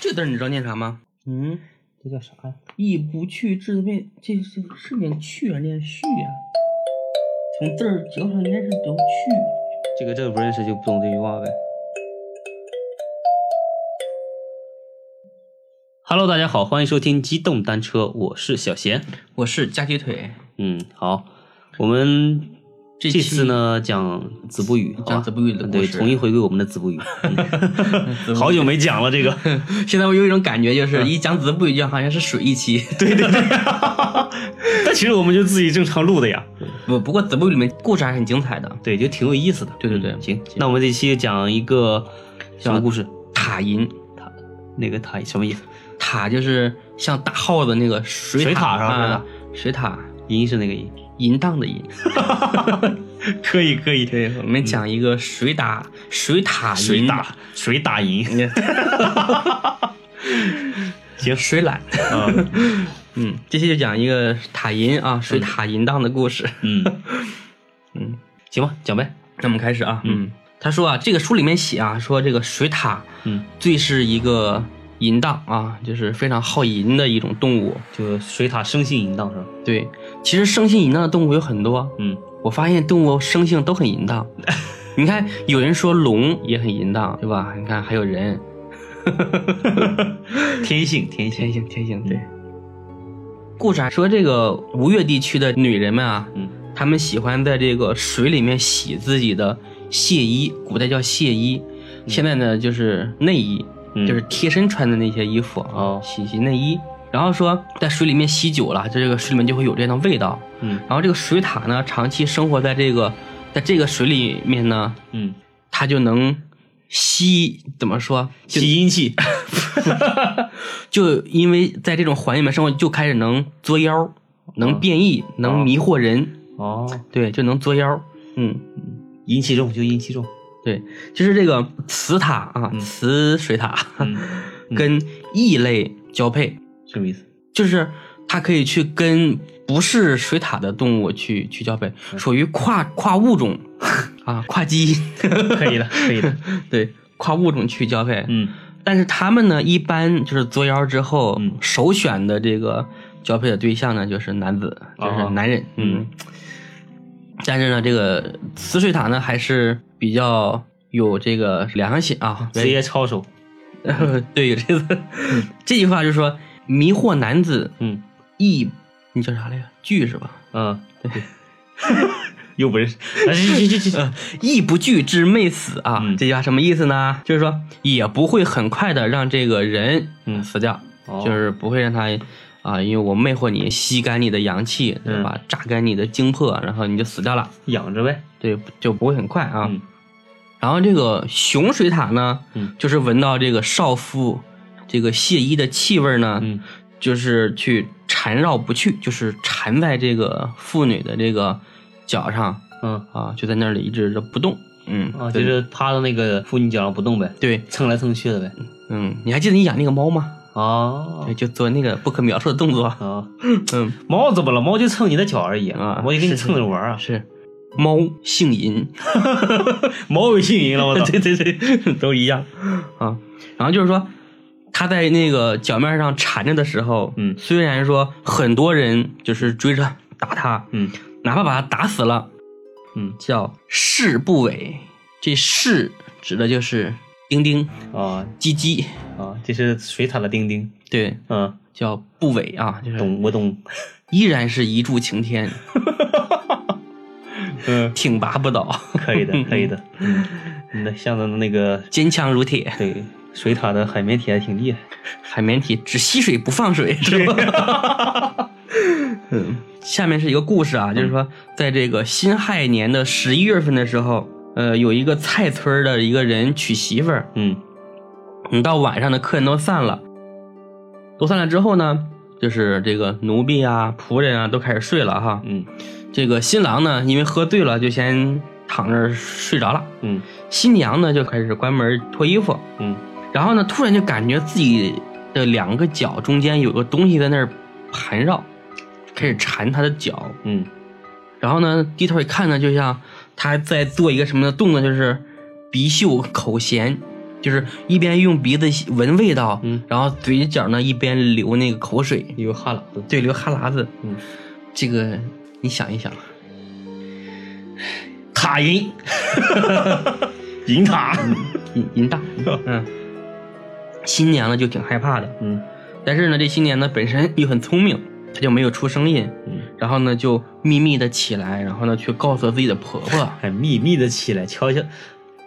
这字儿你知道念啥吗？嗯，这叫啥呀？意不去志变，这是是念去还是念续呀？从字儿角上应该是读去。这个字不认识就不懂这句话呗。Hello，大家好，欢迎收听机动单车，我是小贤。我是夹鸡腿，嗯，好，我们这期次呢讲子不语，好吧讲子不语的故对，事重新回归我们的 子不语，嗯好久没讲了这个，现在我有一种感觉，就是一讲子不语就好像是水一 期。对对对，但其实我们就自己正常录的呀，不，不过子不语里面故事还是很精彩的。对，就挺有意思的。对对对嗯行，那我们这期讲一个什么故事？塔银，那个塔什么意思？塔就是像大号的那个水水塔塔是吧啊，水塔银是那个银，淫荡的淫。 可以可以，对，我们讲一个水打水塔水银打水打银，行水懒。啊，嗯，这期就讲一个塔银啊，水塔淫荡的故事。 嗯嗯，行吧，讲呗，那我们开始啊。嗯，他说啊，这个书里面写啊，说这个水獭嗯，最是一个淫荡啊，就是非常好淫的一种动物。就水塔生性淫荡是吧？对，其实生性淫荡的动物有很多， 嗯，我发现动物生性都很淫 荡。你看，有人说龙也很淫荡，对吧？你看还有人，天性天性，天性天性对。嗯故事还说这个吴越地区的女人们啊，嗯她们喜欢在这个水里面洗自己的亵衣，古代叫亵衣，现在呢就是内衣，嗯就是贴身穿的那些衣服啊，哦洗洗内衣。然后说在水里面洗久了，这个水里面就会有这样的味道。嗯然后这个水獭呢，长期生活在这个在这个水里面呢，嗯，它就能吸怎么说？ 就吸阴气，就因为在这种环境里面生活，就开始能作妖，能变异，能迷惑人，哦，对，就能作妖。嗯，阴气重就阴气重，对，就是这个雌塔啊，嗯雌水獭、嗯 嗯跟异类交配， 什么意思？就是它可以去跟不是水獭的动物去去交配，嗯属于跨跨物 种啊，跨基因， 可以了可以了，对，跨物种去交配。 嗯 但是他们呢，一般就是作妖之后，嗯首选的这个交配的对象呢，就是男子，就哦是男人。嗯，但是呢，这个雌水獭呢，还是比较有这个良心啊，直接抄手，对，有这个 这句话就是说，迷惑男子嗯亦，你叫啥来着？惧 是吧？嗯，对，又不认识，啊去去去去， 亦不惧之媚死啊！嗯这句话什么意思呢？就是说也不会很快的让这个人嗯死掉，哦就是不会让他啊、因为我魅惑你，吸干你的阳气，对吧？嗯榨干你的精魄，然后你就死掉了，养着呗，对，就不会很快啊。嗯然后这个雄水獭呢，嗯就是闻到这个少妇这个亵衣的气味呢，嗯就是去缠绕不去，就是缠在这个妇女的这个脚上嗯，啊，就在那里一直就不动。嗯，啊，就对是趴到那个妇女脚上不动呗，对，蹭来蹭去的呗，嗯，你还记得你养那个猫吗？哦对，就做那个不可描述的动作。啊， 嗯，猫怎么了？猫就蹭你的脚而已啊猫就跟你是蹭着玩儿啊。 是，猫性淫，哦猫有性淫了，我操！ 对对对，都一样啊。然后就是说，它在那个脚面上缠着的时候，嗯虽然说很多人就是追着打它，嗯哪怕把它打死了，嗯叫士不韦。这士指的就是丁丁、啊鸡鸡，啊，这是水獭的丁丁，对，嗯，叫不韦啊，就是懂我懂，依然是一柱擎天，嗯，挺拔不倒， 可以的，可 以的，嗯，你的像的那个坚强如铁。对水獭的海绵体还挺 厉害，海绵体只吸水不放水，是 吧？嗯，下面是一个故事啊，就是说，在这个辛亥年的十一月份的时候，呃，有一个蔡村儿的一个人娶媳妇儿，嗯嗯，到晚上的客人都散了，都散了之后呢，就是这个奴婢啊、仆人啊都开始睡了哈。嗯这个新郎呢，因为喝醉了，就先躺那儿睡着了，嗯新娘呢就开始关门脱衣服，嗯，然后呢，突然就感觉自己的两个脚中间有个东西在那儿盘绕，开始缠他的脚。嗯然后呢，低头一看呢，就像他在做一个什么的动作，就是鼻嗅口衔，就是一边用鼻子吸闻味道，嗯然后嘴角呢一边流那个口水，有哈喇子，对，流哈喇子。嗯，这个你想一想，卡银银塔，银银大，嗯，新娘呢就挺害怕的， 嗯但是呢这新娘呢本身又很聪明，她就没有出声音，嗯，然后呢就秘密的起来，然后呢去告诉自己的婆婆。还秘密的起来悄悄，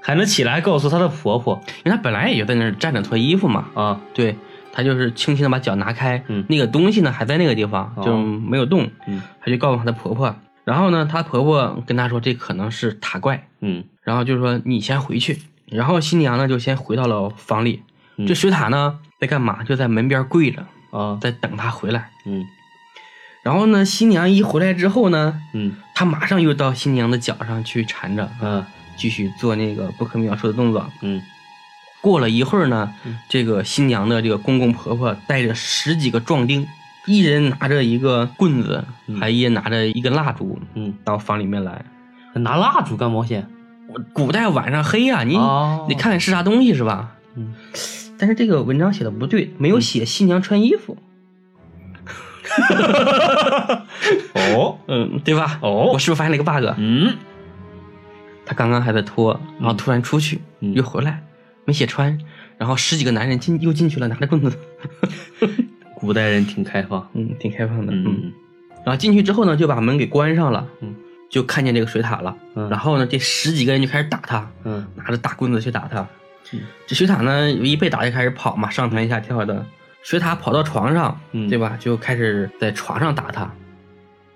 还能起来告诉她的婆婆因为她本来也就在那儿站着脱衣服嘛，啊，对，她就是轻轻的把脚拿开，嗯那个东西呢还在那个地方，哦就没有动，嗯她就告诉她的婆婆，然后呢，她婆婆跟她说这可能是塔怪，嗯然后就说你先回去，然后新娘呢就先回到了房里，嗯这水獭呢在干嘛？就在门边跪着，啊，在等她回来。嗯然后呢，新娘一回来之后呢，嗯她马上又到新娘的脚上去缠着，啊继续做那个不可描述的动作。嗯过了一会儿呢，这个新娘的这个公公婆婆带着十几个壮丁，一人拿着一个棍子，嗯还一人拿着一根蜡烛，嗯，到房里面来。拿蜡烛干毛线？我古代晚上黑呀、你、哦你看看是啥东西是吧？嗯，但是这个文章写的不对，没有写新娘穿衣服，哦嗯，对吧？哦我是不是发现了一个 bug？嗯他刚刚还在脱，然后嗯突然出去、嗯又回来，没写穿，然后十几个男人进又进去了，拿着棍子，古代人挺开放，嗯，挺开放的，嗯然后进去之后呢，就把门给关上了，嗯，就看见这个水獭了。嗯然后呢，这十几个人就开始打他，嗯拿着大棍子去打他。嗯这水獭呢，一被打就开始跑嘛，上蹿下跳的。水獭跑到床上，嗯对吧？就开始在床上打他。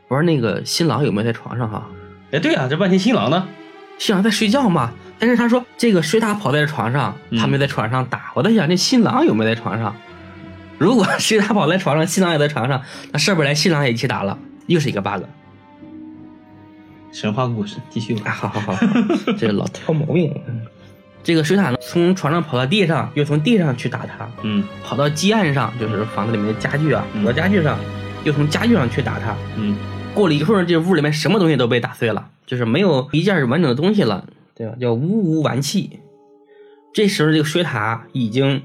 我说那个新郎有没有在床上哈、哎，对啊，这半天新郎呢？新郎在睡觉嘛。但是他说这个水獭跑在床上，嗯他没在床上打。我在想这新郎有没有在床上？如果 水獭跑在床上，新郎也在床上，那是不是连新郎也一起打了？又是一个 bug。神话故事继续啊，吧。好 好好，这老挑毛病。这个水獭呢，从床上跑到地上，又从地上去打他，嗯跑到基岸上，就是房子里面的家具啊，嗯跑到家具上，又从家具上去打他。嗯过了一会儿，这屋里面什么东西都被打碎了，就是没有一件完整的东西了，对吧？叫呜呜完气。这时候，这个水獭已经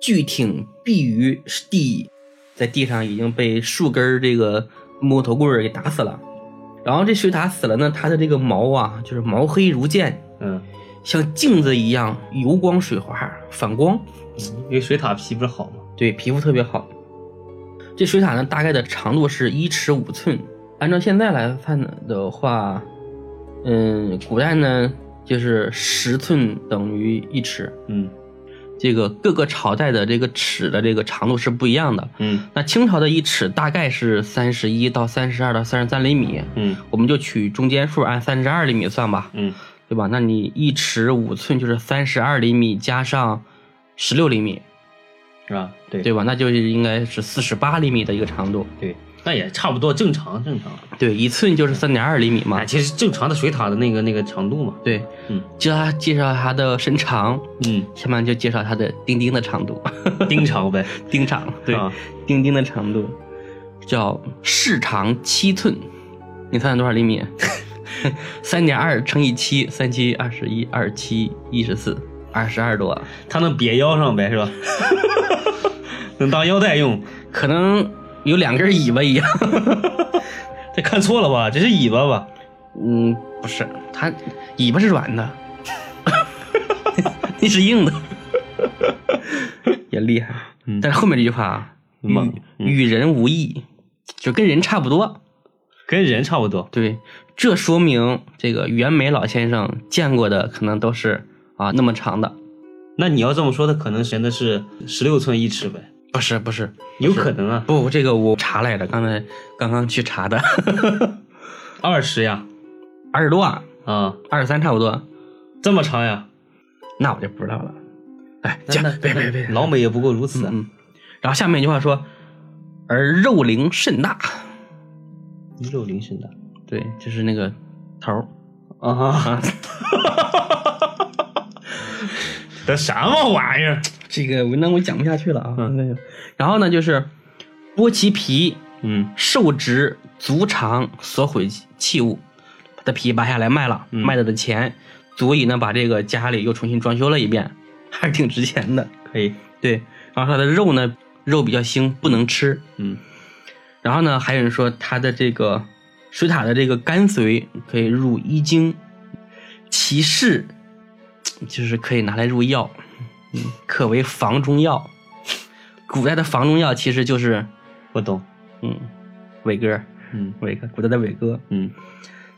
巨挺避于地，在地上已经被数根儿这个木头棍儿给打死了。然后这水獭死了呢，它的这个毛啊，就是毛黑如剑，嗯，像镜子一样油光水滑，反光。因为水獭皮不是好吗？对，皮肤特别好。这水獭呢，大概的长度是一尺五寸。按照现在来看的话，嗯，古代呢就是十寸等于一尺。嗯这个各个朝代的这个尺的这个长度是不一样的。嗯那清朝的一尺大概是三十一到三十二到三十三厘米，嗯我们就取中间数，按三十二厘米算吧，嗯对吧？那你一尺五寸就是三十二厘米加上十六厘米，是吧？对对吧？那就是应该是四十八厘米的一个长度，对，那也差不多正常正常。对，一寸就是三点二厘米嘛哎，。其实正常的水獭的那个那个长度嘛。对，嗯介绍介绍它的身长，嗯，下面就介绍它的丁丁的长度，丁长呗。丁长，对，啊丁丁的长度叫市长七寸，你算算多少厘米？三点二乘以七，三七二十一，二七一十四，二十二多，它能别腰上呗，是吧？ 能当腰带用。可能有两根尾巴一样。这看错了吧？这是尾巴吧？嗯，不是，它尾巴是软 的，那是硬的， 也厉害。嗯但是后面这句话啊，与嗯与人无异，就跟人差不多。跟人差不多。对，这说明这个袁枚老先生见过的可能都是啊那么长的，那你要这么说，它可能真的是十六寸一尺呗，不是不是有可能啊，不，这个我查来的，刚才刚刚去查的， 二十呀，二十多啊，啊，二十三差不多，这么长呀，那我就不知道了。哎，那讲那别别别，老美也不过如此啊。嗯，然后下面一句话说，而肉龄甚大，一六零身的对，就是那个头儿啊哈，啊， 这什么玩意儿？这个文章我讲不下去了啊。嗯嗯，然后呢就是剥其皮，嗯受值足长所毁器物，把它皮拔下来卖了，嗯卖了的钱足以呢把这个家里又重新装修了一遍，还是挺值钱的。可以， 对，然后它的肉呢，肉比较腥，不能吃。嗯，然后呢，还有人说它的这个水獭的这个肝髓可以入医经，其士就是可以拿来入药，嗯，可为房中药。古代的房中药其实就是我懂。嗯，伟哥，嗯伟哥，古代的伟哥。嗯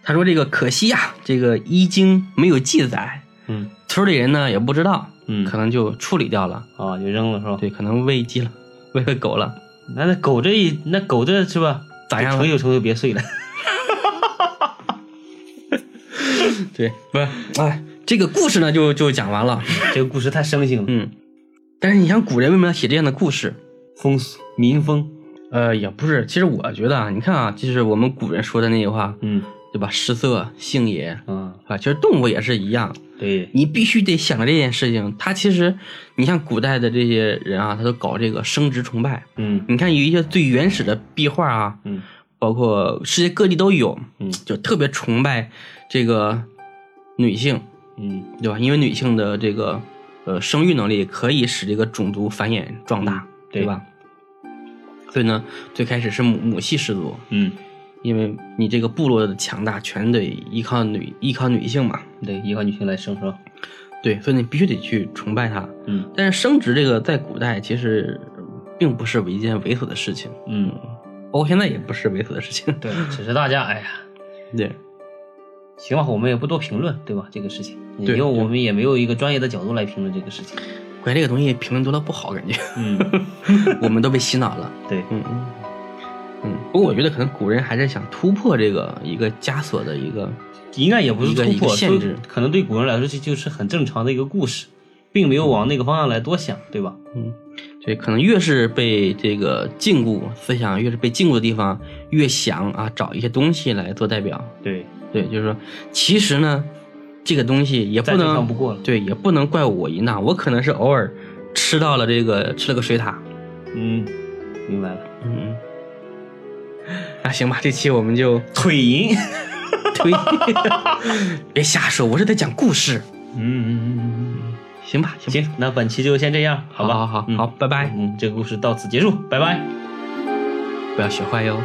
他说这个可惜呀、这个医经没有记载，嗯村里人呢也不知道，嗯可能就处理掉了，啊，就扔了是吧？对，可能喂鸡了，喂喂狗了。那那狗这一那狗这是吧？咋样了成就成就别睡了。 对，不是，哎，这个故事呢就就讲完了。这个故事太生性了，嗯，但是你像古人为什么要写这样的故事？风俗民风。呃，也不是，其实我觉得啊，你看啊，就是我们古人说的那句话，嗯对吧？食色，性也啊，啊，其实动物也是一样，对，你必须得想着这件事情。它其实，你像古代的这些人啊，他都搞这个生殖崇拜。嗯你看有一些最原始的壁画啊，嗯包括世界各地都有，嗯就特别崇拜这个女性，嗯对吧？因为女性的这个呃生育能力可以使这个种族繁衍壮大，对吧？所以呢，最开始是母母系氏族，嗯，因为你这个部落的强大全得依靠女依靠女性嘛，对，依靠女性来生是吧？对，所以你必须得去崇拜她。嗯但是生殖这个在古代其实并不是一件猥琐的事情，嗯，包括现在也不是猥琐的事情。 对，只是大家哎呀，对，行吧，我们也不多评论，对吧？这个事情，因对为我们也没有一个专业的角度来评论这个 事情。关于这个东西评论多了不好，感觉 嗯，我们都被洗脑了。 对，嗯嗯嗯，不过我觉得可能古人还是想突破这个一个枷锁的一个，应该也不是一个突一个破，限就制可能对古人来说这就是很正常的一个故事，并没有往那个方向来多想，对吧？嗯，对，可能越是被这个禁锢思想，越是被禁锢的地方，越想啊找一些东西来做代表。对，对，就是说，其实呢，这个东西也不再正常不能过了。对，也不能怪我一呐，我可能是偶尔吃到了这个吃了个水獭，嗯，明白了。嗯。那行吧，这期我们就腿银。 推，别瞎说，我是在讲故事，嗯嗯嗯嗯行吧，行吧嗯。行，那本期就先这样，好吧？好好好嗯好拜拜嗯，这个故事到此结束，拜拜。不要学坏哟。